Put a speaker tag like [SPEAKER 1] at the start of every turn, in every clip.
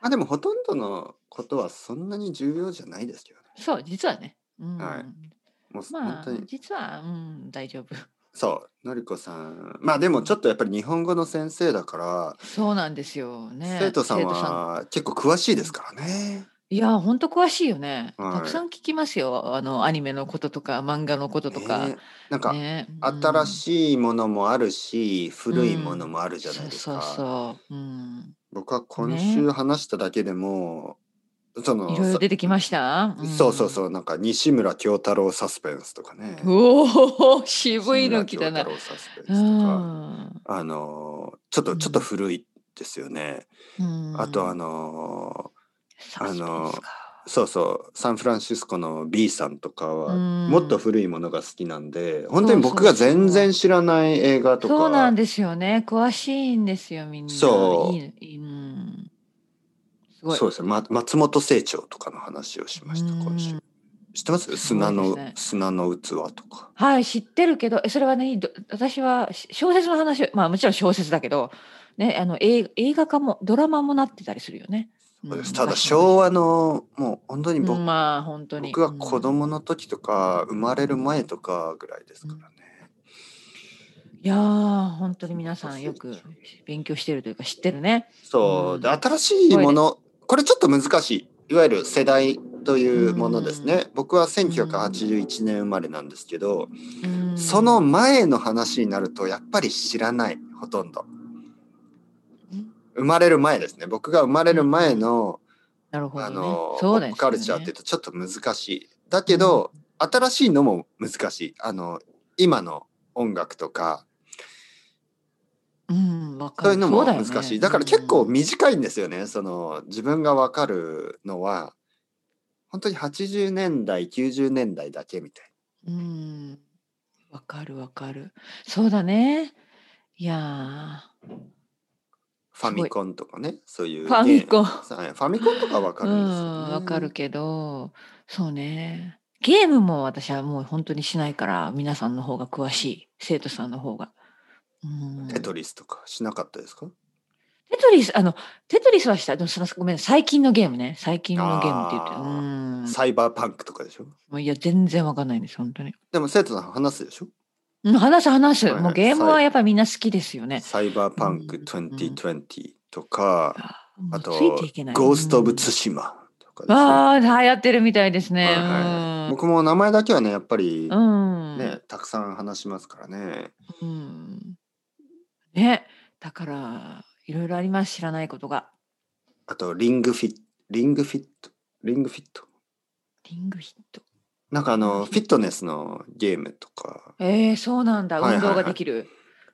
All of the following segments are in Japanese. [SPEAKER 1] まあでもほとんどのことはそんなに重要じゃないですけどね。
[SPEAKER 2] そう、実はね。うん、
[SPEAKER 1] はいもう
[SPEAKER 2] ま
[SPEAKER 1] 本
[SPEAKER 2] あ
[SPEAKER 1] 当に、
[SPEAKER 2] 実は、うん、大丈夫。
[SPEAKER 1] そう、のりこさん。まあでもちょっとやっぱり日本語の先生だから、
[SPEAKER 2] そうなんですよね。
[SPEAKER 1] 生徒さん
[SPEAKER 2] ん
[SPEAKER 1] は結構詳しいですからね。
[SPEAKER 2] いや、本当詳しいよね、
[SPEAKER 1] はい
[SPEAKER 2] たくさん聞きますよ。あの、アニメのこととか、漫画のこととか。
[SPEAKER 1] ねなんか、
[SPEAKER 2] ね、
[SPEAKER 1] 新
[SPEAKER 2] い
[SPEAKER 1] しいものもあるし、古いものもあるじゃないです
[SPEAKER 2] そうそう
[SPEAKER 1] か。
[SPEAKER 2] そう。うん。
[SPEAKER 1] 僕は今週話しただけでも、その
[SPEAKER 2] いろいろ出てきました。ん
[SPEAKER 1] そうそうそう、なんか西村京太郎サスペンスとかね。
[SPEAKER 2] おお、 渋いの来たな
[SPEAKER 1] 西村。京太郎サスペンスと
[SPEAKER 2] う
[SPEAKER 1] か、
[SPEAKER 2] ん
[SPEAKER 1] あのー、ちょっと、ちょっと古いですよね。
[SPEAKER 2] うん
[SPEAKER 1] あと、あの
[SPEAKER 2] サスペンスか
[SPEAKER 1] あのー、そうそう、サンフランシスコの B さんとかは、
[SPEAKER 2] うん
[SPEAKER 1] もっと古いものが好きなんで、本当に僕が全然知らない映画とか、
[SPEAKER 2] そうなんですよね。詳しいんですよ、みんな。
[SPEAKER 1] そう
[SPEAKER 2] いいいいうんすごい。
[SPEAKER 1] そうですね、ま、松本清張とかの話をしました、今
[SPEAKER 2] う
[SPEAKER 1] 週
[SPEAKER 2] ん。
[SPEAKER 1] 知ってます
[SPEAKER 2] すご
[SPEAKER 1] 砂
[SPEAKER 2] いですね
[SPEAKER 1] の、砂の器とか。
[SPEAKER 2] はい、知ってるけど、えそれはね、ど私はし小説の話、まあもちろん小説だけど、ね、あの映映画化もドラマもなってたりするよね。
[SPEAKER 1] そうです
[SPEAKER 2] ん
[SPEAKER 1] ただ
[SPEAKER 2] 昔の
[SPEAKER 1] 昭和の、もう本当に
[SPEAKER 2] ね
[SPEAKER 1] 僕
[SPEAKER 2] うんまあ本当に。
[SPEAKER 1] 僕が子供の時とか生まれる前とかぐらいですからね。
[SPEAKER 2] うんいやー、本当に皆さんよく勉強してるというか知ってるね。
[SPEAKER 1] そううんで新しいものこれちょっと難しいいわゆる世代というものですね。僕は1981年生まれなんですけど
[SPEAKER 2] うん
[SPEAKER 1] その前の話になるとやっぱり知らないほとんど。生まれる前ですね僕が生まれる前の
[SPEAKER 2] なるほど、
[SPEAKER 1] あ
[SPEAKER 2] ね。
[SPEAKER 1] のポ
[SPEAKER 2] そう
[SPEAKER 1] ッ
[SPEAKER 2] ですよね
[SPEAKER 1] プカルチャーって言うとちょっと難しい。だけど新しいのも難しい。あの今の音楽とか
[SPEAKER 2] うん、わか
[SPEAKER 1] そう
[SPEAKER 2] る。
[SPEAKER 1] いうのも
[SPEAKER 2] だよ
[SPEAKER 1] 難
[SPEAKER 2] ね
[SPEAKER 1] しい。だから結構短いんですよね。その自分がわかるのは本当に80年代90年代だけみたい
[SPEAKER 2] うん、わかるわかる。そうだね。いや
[SPEAKER 1] な。ファミコンとかねそういう
[SPEAKER 2] ー、
[SPEAKER 1] ゲー
[SPEAKER 2] ファミコン。
[SPEAKER 1] はいファミコンとかわか
[SPEAKER 2] う
[SPEAKER 1] るんですよ、ね
[SPEAKER 2] ん、。わかるけど、そうね。ゲームも私はもう本当にしないから、皆さんの方が詳しい、生徒さんの方が。うん、
[SPEAKER 1] テトリスとかしなかったですか？
[SPEAKER 2] テトリス、あの、テトリスはした。でも、すごめん、最近のゲームね。最近のゲームって言って
[SPEAKER 1] あ
[SPEAKER 2] る。
[SPEAKER 1] ー
[SPEAKER 2] うん
[SPEAKER 1] サイバーパンクとかでしょ？
[SPEAKER 2] もう。いや、全然わかんないんです、本当に。
[SPEAKER 1] でも生徒さん話すでしょ？
[SPEAKER 2] うん話す話す。
[SPEAKER 1] はいはい
[SPEAKER 2] もうゲームはやっぱみんな好きですよね。
[SPEAKER 1] サイバーパンク
[SPEAKER 2] うん
[SPEAKER 1] 2020とか、
[SPEAKER 2] あも
[SPEAKER 1] あ
[SPEAKER 2] う
[SPEAKER 1] と
[SPEAKER 2] ついていけない
[SPEAKER 1] ゴースト・オブ・
[SPEAKER 2] うん
[SPEAKER 1] ツシマとかでしょ
[SPEAKER 2] わあ流行ってるみたいですね。
[SPEAKER 1] はいはい僕も名前だけはねやっぱり
[SPEAKER 2] うん。
[SPEAKER 1] ね、たくさん話しますからね。
[SPEAKER 2] うん。ね。だからいろいろあります知らないことが。
[SPEAKER 1] あと、リングフィット、リングフィット、リングフィット。
[SPEAKER 2] リングヒット。
[SPEAKER 1] なんかあの、フィットネスのゲームとか、
[SPEAKER 2] えー、そうなんだ。
[SPEAKER 1] はいはい
[SPEAKER 2] 運
[SPEAKER 1] はい
[SPEAKER 2] 動ができる。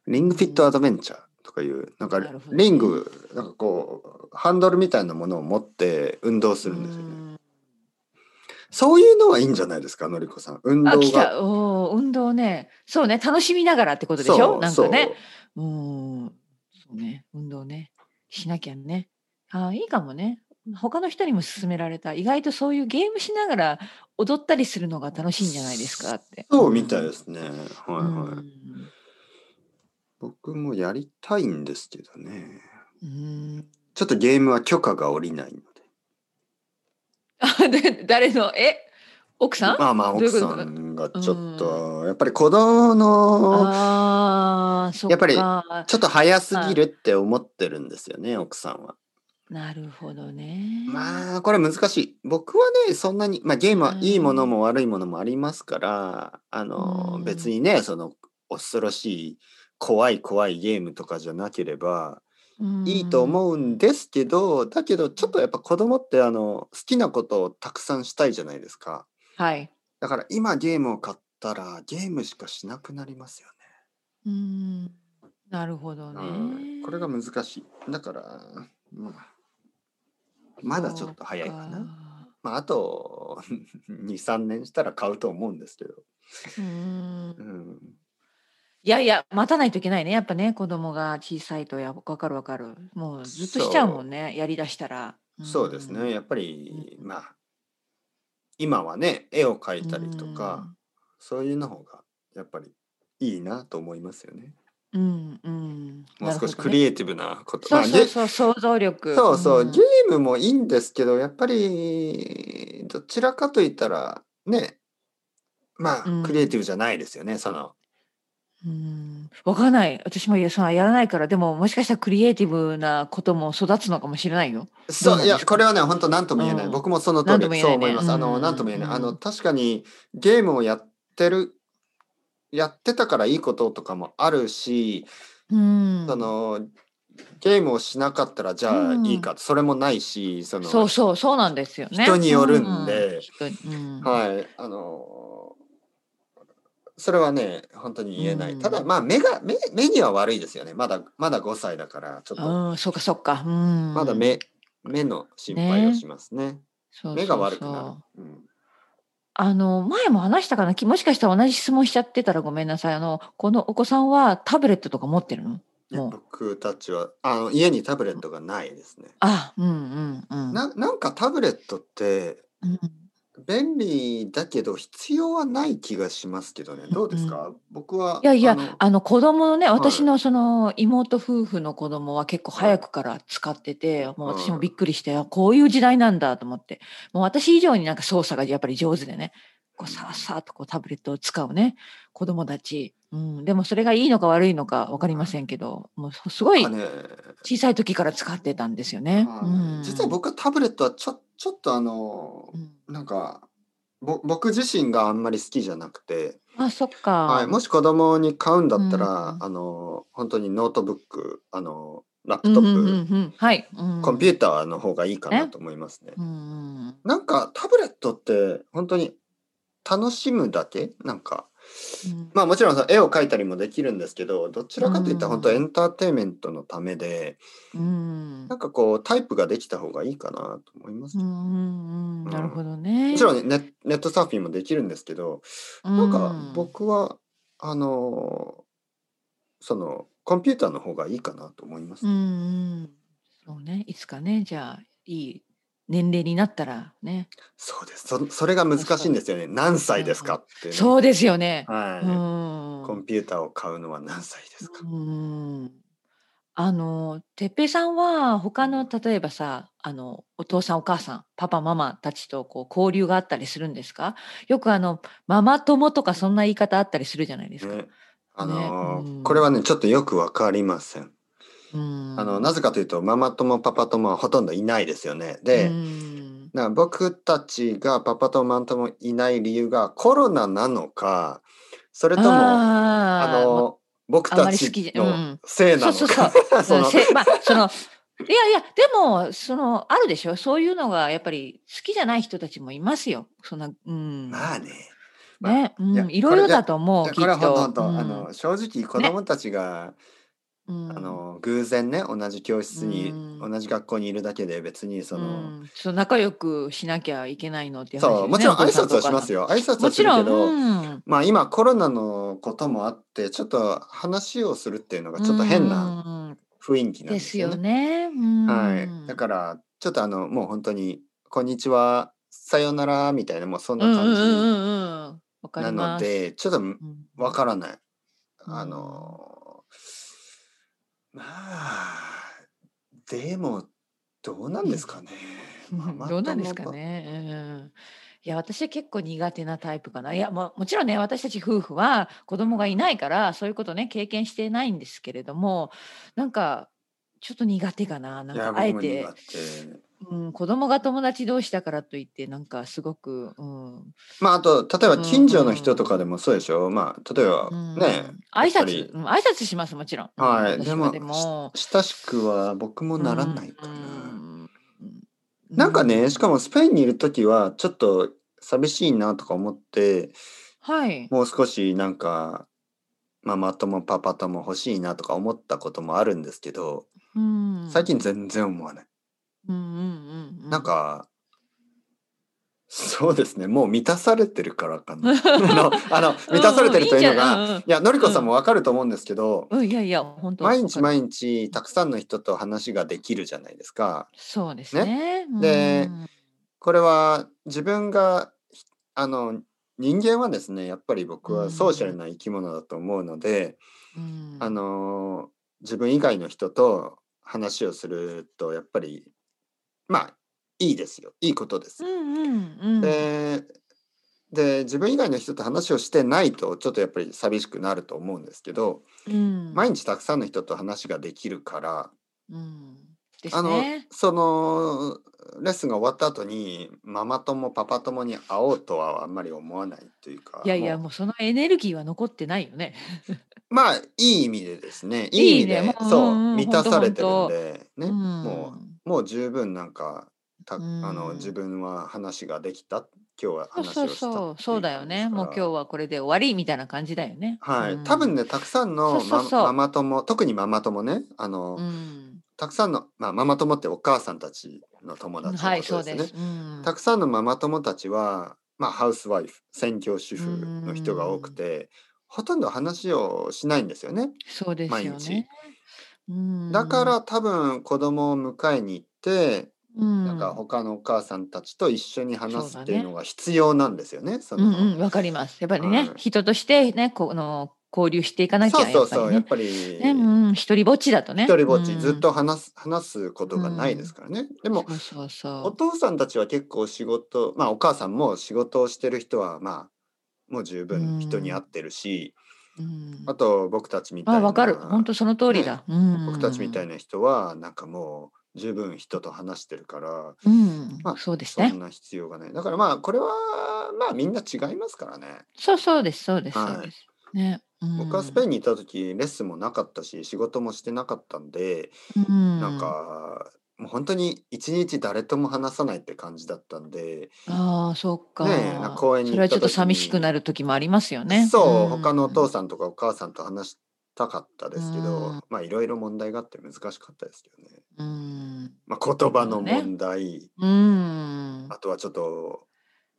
[SPEAKER 1] リングフィットアドベンチャーとかいう、なんか
[SPEAKER 2] なるほどね
[SPEAKER 1] リング、なんかこう、ハンドルみたいなものを持って運動するんですよね。そういうのはいいんじゃないですか、のりこさん。運
[SPEAKER 2] うんあ
[SPEAKER 1] 動
[SPEAKER 2] 来
[SPEAKER 1] が。
[SPEAKER 2] た。おー運動ね。そうね楽しみながらってことでし
[SPEAKER 1] そ
[SPEAKER 2] ょ。
[SPEAKER 1] う
[SPEAKER 2] なんかね。
[SPEAKER 1] そう
[SPEAKER 2] うん。そうね運動ねしなきゃね。あーいいかもね。他の人にも勧められた。意外とそういうゲームしながら踊ったりするのが楽しいんじゃないですかって。
[SPEAKER 1] そうみたいですね。はいはい。
[SPEAKER 2] うん
[SPEAKER 1] 僕もやりたいんですけどね。
[SPEAKER 2] うん
[SPEAKER 1] ちょっとゲームは許可が下りないので。
[SPEAKER 2] あで 誰のえ奥さん
[SPEAKER 1] まあまあ、
[SPEAKER 2] どうい
[SPEAKER 1] 奥
[SPEAKER 2] うこと
[SPEAKER 1] さんがちょっと、やっぱり子供の
[SPEAKER 2] あーそっか
[SPEAKER 1] やっぱりちょっと早すぎるって思ってるんですよね、奥さんは。
[SPEAKER 2] なるほどね。
[SPEAKER 1] まあ、これ難しい。僕はね、そんなに、まあ、ゲームは
[SPEAKER 2] うん
[SPEAKER 1] いいものも悪いものもありますから、あ
[SPEAKER 2] う
[SPEAKER 1] の、
[SPEAKER 2] ん
[SPEAKER 1] 別にね、その、恐ろしい、怖い怖いゲームとかじゃなければ
[SPEAKER 2] うん
[SPEAKER 1] いいと思うんですけど、だけどちょっとやっぱ子供ってあの好きなことをたくさんしたいじゃないですか。
[SPEAKER 2] はい。
[SPEAKER 1] だから今ゲームを買ったらゲームしかしなくなりますよね。
[SPEAKER 2] うんなるほど
[SPEAKER 1] うん
[SPEAKER 2] ね。
[SPEAKER 1] これが難しい。だから、まあ、まだちょっと早いか
[SPEAKER 2] そっ
[SPEAKER 1] な。まあ、あと 2、3年したら買うと思うんですけど。
[SPEAKER 2] かうん
[SPEAKER 1] うん、
[SPEAKER 2] いやいや待たないといけないね。やっぱね子供が小さいとやわかるわかる。もうずっとしちゃうもんねやりだしたら。ん
[SPEAKER 1] そうですね。やっぱり、まあ、今はね、絵を描いたりとか、そういうの方が、やっぱりいいなと思いますよね。
[SPEAKER 2] うんうん
[SPEAKER 1] もう少し
[SPEAKER 2] なるほどね
[SPEAKER 1] クリエイティブなこと。
[SPEAKER 2] そう
[SPEAKER 1] まあ
[SPEAKER 2] そう
[SPEAKER 1] げ
[SPEAKER 2] そう、想像力。
[SPEAKER 1] そうそう、
[SPEAKER 2] ん
[SPEAKER 1] ゲームもいいんですけど、やっぱり、どちらかと言ったら、ね、ま
[SPEAKER 2] うん
[SPEAKER 1] あ、クリエイティブじゃないですよね、その。
[SPEAKER 2] うん、わかんない。私もいや、そのやらないから、でも、もしかしたらクリエイティブなことも育つのかもしれないよ。
[SPEAKER 1] そ
[SPEAKER 2] どうなん
[SPEAKER 1] う、い
[SPEAKER 2] で
[SPEAKER 1] や、
[SPEAKER 2] すか
[SPEAKER 1] これはね、本当なんとも言えない。
[SPEAKER 2] うん
[SPEAKER 1] 僕もその通
[SPEAKER 2] なんとも
[SPEAKER 1] り、
[SPEAKER 2] 言え
[SPEAKER 1] そ
[SPEAKER 2] な
[SPEAKER 1] う
[SPEAKER 2] いね
[SPEAKER 1] 思います。あの、
[SPEAKER 2] うん
[SPEAKER 1] なんとも言えない。あ
[SPEAKER 2] う
[SPEAKER 1] の、
[SPEAKER 2] ん
[SPEAKER 1] 確かに、ゲームをやってる、やってたからいいこととかもあるし、
[SPEAKER 2] うん。
[SPEAKER 1] その、ゲームをしなかったらじゃあいいか、それもないし、その、
[SPEAKER 2] そうそう、そうなんですよね。
[SPEAKER 1] 人によるんで
[SPEAKER 2] うん人にうん
[SPEAKER 1] はい、あのそれはね、本当に言えない。
[SPEAKER 2] うん
[SPEAKER 1] ただ、まあ目が目、目には悪いですよね。まだ、まだ5歳だから、ちょっと、
[SPEAKER 2] うん、そうか、そうか。うん。
[SPEAKER 1] まだ目、目の心配をしますね。
[SPEAKER 2] そうそうそう、
[SPEAKER 1] 目が悪くなる。うん
[SPEAKER 2] あの、前も話したかなきもしかしたら同じ質問しちゃってたらごめんなさい。あの、このお子さんはタブレットとか持ってるの
[SPEAKER 1] いや
[SPEAKER 2] もう
[SPEAKER 1] 僕たちはあの、家にタブレットがないですね。
[SPEAKER 2] あ、うんうんうん。
[SPEAKER 1] ななんかタブレットって、
[SPEAKER 2] うん
[SPEAKER 1] 便利だけど必要はない気がしますけどね。どうですか、僕は。
[SPEAKER 2] いやいや、
[SPEAKER 1] あ
[SPEAKER 2] あ
[SPEAKER 1] の
[SPEAKER 2] の子供のね、
[SPEAKER 1] い
[SPEAKER 2] 私のその妹夫婦の子供は結構早くから使ってて、もう
[SPEAKER 1] はい
[SPEAKER 2] 私もびっくりして、あこういう時代なんだと思って、もう私以上になんか操作がやっぱり上手でね、こうさあさあとこうタブレットを使うね、子供たち。うん、でもそれがいいのか悪いのか分かりませんけど、もうすごい
[SPEAKER 1] なんかね
[SPEAKER 2] 小さい時から使ってたんですよね。
[SPEAKER 1] はい
[SPEAKER 2] うん
[SPEAKER 1] 実は、僕はタブレットはちょちょっとあの
[SPEAKER 2] うん
[SPEAKER 1] なんかぼ僕自身があんまり好きじゃなくて、
[SPEAKER 2] あ、そっか。
[SPEAKER 1] はい、もし子供に買うんだったら、
[SPEAKER 2] うん
[SPEAKER 1] あの本当にノートブックあのラッ
[SPEAKER 2] う
[SPEAKER 1] プ
[SPEAKER 2] ん
[SPEAKER 1] ト
[SPEAKER 2] う
[SPEAKER 1] ッ
[SPEAKER 2] ん
[SPEAKER 1] プ、
[SPEAKER 2] うんうん、はい、うん
[SPEAKER 1] コンピューターの方がいいかなと思いますね。
[SPEAKER 2] うんうん
[SPEAKER 1] なんかタブレットって本当に楽しむだけなんか
[SPEAKER 2] うん
[SPEAKER 1] まあもちろんその絵を描いたりもできるんですけどどちらかといったら本当
[SPEAKER 2] うん
[SPEAKER 1] エンターテインメントのためで、
[SPEAKER 2] うん
[SPEAKER 1] なんかこうタイプができた方がいいかなと思います
[SPEAKER 2] う
[SPEAKER 1] ね、
[SPEAKER 2] んうんうんなるほどね。
[SPEAKER 1] もちろんネネットサーフィンもできるんですけど、なんか僕は、あのーそのコンピューターの方がいいかなと思います。
[SPEAKER 2] うん、うんうん、そうね、いつかね、じゃあいい年齢になったらね。
[SPEAKER 1] そうですそ。それが難しいんですよね。何歳ですかっていうの、
[SPEAKER 2] そうですよね。
[SPEAKER 1] はい、
[SPEAKER 2] うん。
[SPEAKER 1] コンピューターを買うのは何歳ですか、
[SPEAKER 2] うん。あの哲平さんは他の例えばさあのお父さんお母さんパパママたちとこう交流があったりするんですかよくあのママ友とかそんな言い方あったりするじゃないですか。
[SPEAKER 1] ねあのー
[SPEAKER 2] ねうん
[SPEAKER 1] これはねちょっとよくわかりません。
[SPEAKER 2] うん、
[SPEAKER 1] あのなぜかというとママ友パパ友はほとんどいないですよね。で、
[SPEAKER 2] うん
[SPEAKER 1] な僕たちがパパ友ママ友いない理由がコロナなのかそれともあ
[SPEAKER 2] あー
[SPEAKER 1] の僕
[SPEAKER 2] あんま
[SPEAKER 1] た
[SPEAKER 2] り好きじ
[SPEAKER 1] ち
[SPEAKER 2] ゃう
[SPEAKER 1] の
[SPEAKER 2] ん
[SPEAKER 1] せいなのか、
[SPEAKER 2] そうそ う
[SPEAKER 1] その
[SPEAKER 2] せまあ、そのいやいやでもそのあるでしょそういうのがやっぱり好きじゃない人たちもいますよそんなうん
[SPEAKER 1] まあね。
[SPEAKER 2] ねう
[SPEAKER 1] いや
[SPEAKER 2] んいろいろだと
[SPEAKER 1] こ
[SPEAKER 2] 思うきっ
[SPEAKER 1] れは
[SPEAKER 2] と
[SPEAKER 1] 本当、
[SPEAKER 2] うん
[SPEAKER 1] あの正直子供たちが、
[SPEAKER 2] うん
[SPEAKER 1] あの偶然ね同じ教室に、
[SPEAKER 2] うん
[SPEAKER 1] 同じ学校にいるだけで別にその、
[SPEAKER 2] うんそう仲良くしなきゃいけないのっていう話
[SPEAKER 1] そうもちろん挨拶はします
[SPEAKER 2] よ
[SPEAKER 1] よ挨拶
[SPEAKER 2] も
[SPEAKER 1] はす
[SPEAKER 2] ち
[SPEAKER 1] る
[SPEAKER 2] ろ
[SPEAKER 1] け
[SPEAKER 2] ん、
[SPEAKER 1] ど、
[SPEAKER 2] うん、
[SPEAKER 1] まあ今コロナのこともあってちょっと話をするっていうのがちょっと変な
[SPEAKER 2] な
[SPEAKER 1] 雰囲気なん
[SPEAKER 2] で
[SPEAKER 1] ですすよ
[SPEAKER 2] よ
[SPEAKER 1] ね。
[SPEAKER 2] ね、うん、
[SPEAKER 1] はい、だからちょっとあのもう本当に「こんにちはさよなら」みたいなもうそんな
[SPEAKER 2] うんうんう
[SPEAKER 1] 感
[SPEAKER 2] んうんわ
[SPEAKER 1] じ
[SPEAKER 2] か
[SPEAKER 1] な
[SPEAKER 2] り
[SPEAKER 1] の
[SPEAKER 2] ます
[SPEAKER 1] で、ちょっと
[SPEAKER 2] うん
[SPEAKER 1] わからない。
[SPEAKER 2] うん
[SPEAKER 1] あの、まあ、でも、どうなんです かね。ママ
[SPEAKER 2] どうなんですか
[SPEAKER 1] 友と。
[SPEAKER 2] ね。うんいや私は結構苦手なタイプかな。いやもうもちろんね私たち夫婦は子供がいないからそういうことね経験してないんですけれどもなんかちょっと苦手かな。なん
[SPEAKER 1] いや
[SPEAKER 2] か
[SPEAKER 1] 僕も
[SPEAKER 2] あえて
[SPEAKER 1] 苦、手
[SPEAKER 2] うん、子供が友達同士だからといってなんかすごく、うん
[SPEAKER 1] まあ、あと、例えば近所の人とかでもそうでしょ。まあ、例えば
[SPEAKER 2] うん
[SPEAKER 1] ね、や
[SPEAKER 2] 挨
[SPEAKER 1] っぱ
[SPEAKER 2] 拶、
[SPEAKER 1] り
[SPEAKER 2] うん、挨拶しますもちろん。
[SPEAKER 1] はい、
[SPEAKER 2] うん
[SPEAKER 1] で
[SPEAKER 2] 私は
[SPEAKER 1] も
[SPEAKER 2] でも
[SPEAKER 1] し親しくは僕もならないかな。
[SPEAKER 2] うんうん
[SPEAKER 1] なんかね、しか
[SPEAKER 2] も、
[SPEAKER 1] もスペインにいるときは、ちょっと寂しいなとか思って、
[SPEAKER 2] はい、
[SPEAKER 1] もう少しなんかママ友パパ友欲しいなとか思ったこともあるんですけど
[SPEAKER 2] うん
[SPEAKER 1] 最近全然思わない、
[SPEAKER 2] うんうんうんう
[SPEAKER 1] なんかそうですねもう満たされてるからか なあのあの満たされてるというのが、
[SPEAKER 2] んんんじゃんんん
[SPEAKER 1] いやのりこさんもわかると思うんですけど、
[SPEAKER 2] うん、いやいや、本当
[SPEAKER 1] 毎日
[SPEAKER 2] わかる
[SPEAKER 1] 毎日たくさんの人と話ができるじゃないですか
[SPEAKER 2] そうですね。
[SPEAKER 1] で
[SPEAKER 2] うん
[SPEAKER 1] これは自分がひあの人間はですねやっぱり僕はソーシャルな生き物だと思うので、
[SPEAKER 2] うん
[SPEAKER 1] あの自分以外の人と話をするとやっぱりまあいいですよいいことです
[SPEAKER 2] う
[SPEAKER 1] よ。
[SPEAKER 2] んうんうん。
[SPEAKER 1] でで自分以外の人と話をしてないとちょっとやっぱり寂しくなると思うんですけど
[SPEAKER 2] うん
[SPEAKER 1] 毎日たくさんの人と話ができるから
[SPEAKER 2] うんです
[SPEAKER 1] あの
[SPEAKER 2] ね。
[SPEAKER 1] そのレッスンが終わった後にママ友パパ友に会おうとはあんまり思わないというか
[SPEAKER 2] いやいや
[SPEAKER 1] も
[SPEAKER 2] もうそのエネルギーは残ってないよね。
[SPEAKER 1] うまあいい意味でですねい
[SPEAKER 2] い
[SPEAKER 1] い意
[SPEAKER 2] い
[SPEAKER 1] 味で
[SPEAKER 2] ねもう
[SPEAKER 1] そう
[SPEAKER 2] うんうん
[SPEAKER 1] 満たされてるん
[SPEAKER 2] ほんと
[SPEAKER 1] でね、
[SPEAKER 2] うん
[SPEAKER 1] もうもう十分なんかたあ
[SPEAKER 2] うん
[SPEAKER 1] の自分は話ができた今日は
[SPEAKER 2] そう
[SPEAKER 1] 話をしたっ
[SPEAKER 2] そう
[SPEAKER 1] てい感じ
[SPEAKER 2] そ
[SPEAKER 1] です
[SPEAKER 2] う
[SPEAKER 1] か
[SPEAKER 2] そうだよね。
[SPEAKER 1] ら
[SPEAKER 2] もう今日はこれで終わりみたいな感じだよね。
[SPEAKER 1] はい、
[SPEAKER 2] うん
[SPEAKER 1] 多分ねたくさんの
[SPEAKER 2] そうそうそう
[SPEAKER 1] マママ友特にママ友ねあの、
[SPEAKER 2] うん
[SPEAKER 1] たくさんの、まあ、ママ友ってお母さんたちの友達の
[SPEAKER 2] はい
[SPEAKER 1] こと
[SPEAKER 2] そう
[SPEAKER 1] ですね、
[SPEAKER 2] です。うん
[SPEAKER 1] たくさんのママ友たちは、まあ、ハウスワイフ専業主婦の人が多くてほとんど話をしないんですよね
[SPEAKER 2] そうですよ
[SPEAKER 1] 毎日
[SPEAKER 2] ね。うん
[SPEAKER 1] だから多分子供を迎えに行って、
[SPEAKER 2] な
[SPEAKER 1] なんか他のお母さんたちと一緒に話すっていう
[SPEAKER 2] そうだね
[SPEAKER 1] のが必要なんですよね。そ
[SPEAKER 2] うん
[SPEAKER 1] の
[SPEAKER 2] うん、わかります。やっぱりね、
[SPEAKER 1] はい
[SPEAKER 2] 人としてね、この交流していかなき
[SPEAKER 1] そう
[SPEAKER 2] ゃ
[SPEAKER 1] そ
[SPEAKER 2] や
[SPEAKER 1] う
[SPEAKER 2] っぱり
[SPEAKER 1] そう
[SPEAKER 2] ね。
[SPEAKER 1] やっぱり
[SPEAKER 2] ね、うん、一人ぼっちだとね。
[SPEAKER 1] 一人ぼっち、
[SPEAKER 2] うん
[SPEAKER 1] ずっと話す話すことがないですからね。でも
[SPEAKER 2] そうそうそ
[SPEAKER 1] お
[SPEAKER 2] う。
[SPEAKER 1] 父さんたちは結構仕事まあお母さんも仕事をしてる人はまあもう十
[SPEAKER 2] う
[SPEAKER 1] 分
[SPEAKER 2] ん
[SPEAKER 1] 人に会ってるし、
[SPEAKER 2] うん
[SPEAKER 1] あと僕たちみたい
[SPEAKER 2] あ、
[SPEAKER 1] な
[SPEAKER 2] わかる。本当その通りだ。うん、
[SPEAKER 1] 僕たちみたい
[SPEAKER 2] な。
[SPEAKER 1] な人はなんかもう十分人と話してるから
[SPEAKER 2] うん、
[SPEAKER 1] まあ
[SPEAKER 2] そうです
[SPEAKER 1] そ
[SPEAKER 2] ね
[SPEAKER 1] ん。な必要がない。だからまあこれはまあみんな違いますからね。
[SPEAKER 2] そうそうです。そうです。
[SPEAKER 1] はい
[SPEAKER 2] そうです。ね。うん
[SPEAKER 1] 僕はスペインにいた時レッスンもなかったし仕事もしてなかったんで、
[SPEAKER 2] うん
[SPEAKER 1] なんかもう本当に一日誰とも話さないって感じだったんで、
[SPEAKER 2] ああそっか,、
[SPEAKER 1] ねえなんか公園に
[SPEAKER 2] そ
[SPEAKER 1] 行った時に
[SPEAKER 2] れはちょっと寂しくなる時もありますよね
[SPEAKER 1] そう、他のお父
[SPEAKER 2] ん
[SPEAKER 1] さんとかお母さんと話したかったですけど、
[SPEAKER 2] うん
[SPEAKER 1] まあいろいろ問題があって難しかったですけどね。
[SPEAKER 2] うん
[SPEAKER 1] まあ、言葉の問題、
[SPEAKER 2] うん
[SPEAKER 1] あとはちょっと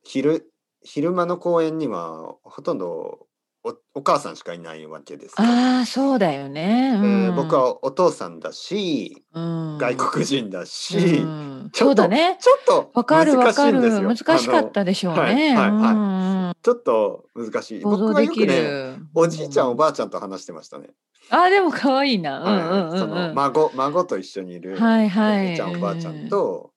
[SPEAKER 1] 昼昼間の公園にはほとんどおお母さんしかいないわけですよ。
[SPEAKER 2] ああそうだよね、
[SPEAKER 1] え
[SPEAKER 2] う
[SPEAKER 1] ー
[SPEAKER 2] ん
[SPEAKER 1] 僕はお父さんだし外
[SPEAKER 2] 外
[SPEAKER 1] 国人だし、
[SPEAKER 2] うん
[SPEAKER 1] ちょっと
[SPEAKER 2] そうだね
[SPEAKER 1] ちょっと
[SPEAKER 2] わかるわ
[SPEAKER 1] 難し
[SPEAKER 2] か
[SPEAKER 1] いん
[SPEAKER 2] る
[SPEAKER 1] ですよ。
[SPEAKER 2] 難しかっ
[SPEAKER 1] あの
[SPEAKER 2] たでしょう
[SPEAKER 1] はい
[SPEAKER 2] ね、
[SPEAKER 1] はいはい
[SPEAKER 2] うんうん
[SPEAKER 1] ちょっと難しい。
[SPEAKER 2] 想
[SPEAKER 1] 僕
[SPEAKER 2] 像
[SPEAKER 1] は
[SPEAKER 2] で
[SPEAKER 1] よく
[SPEAKER 2] き
[SPEAKER 1] ね、
[SPEAKER 2] る
[SPEAKER 1] おじいちゃん、お
[SPEAKER 2] あ
[SPEAKER 1] ばあちゃんと話してましたね。
[SPEAKER 2] あでも可愛いなうん
[SPEAKER 1] は
[SPEAKER 2] う
[SPEAKER 1] い、そ
[SPEAKER 2] んうんう
[SPEAKER 1] の
[SPEAKER 2] ん
[SPEAKER 1] 孫孫と一緒にいるお
[SPEAKER 2] はいはい
[SPEAKER 1] じいちゃんおばあちゃんと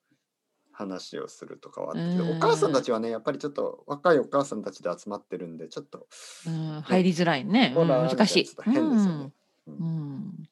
[SPEAKER 1] 話をするとかはあったけど、
[SPEAKER 2] うん
[SPEAKER 1] お母さんたちはねやっぱりちょっと若いお母さんたちで集まってるんでちょっと
[SPEAKER 2] うん入りづらいね、うん
[SPEAKER 1] ほら
[SPEAKER 2] 難しい
[SPEAKER 1] みたいなちょっと変ですよね。
[SPEAKER 2] うんうん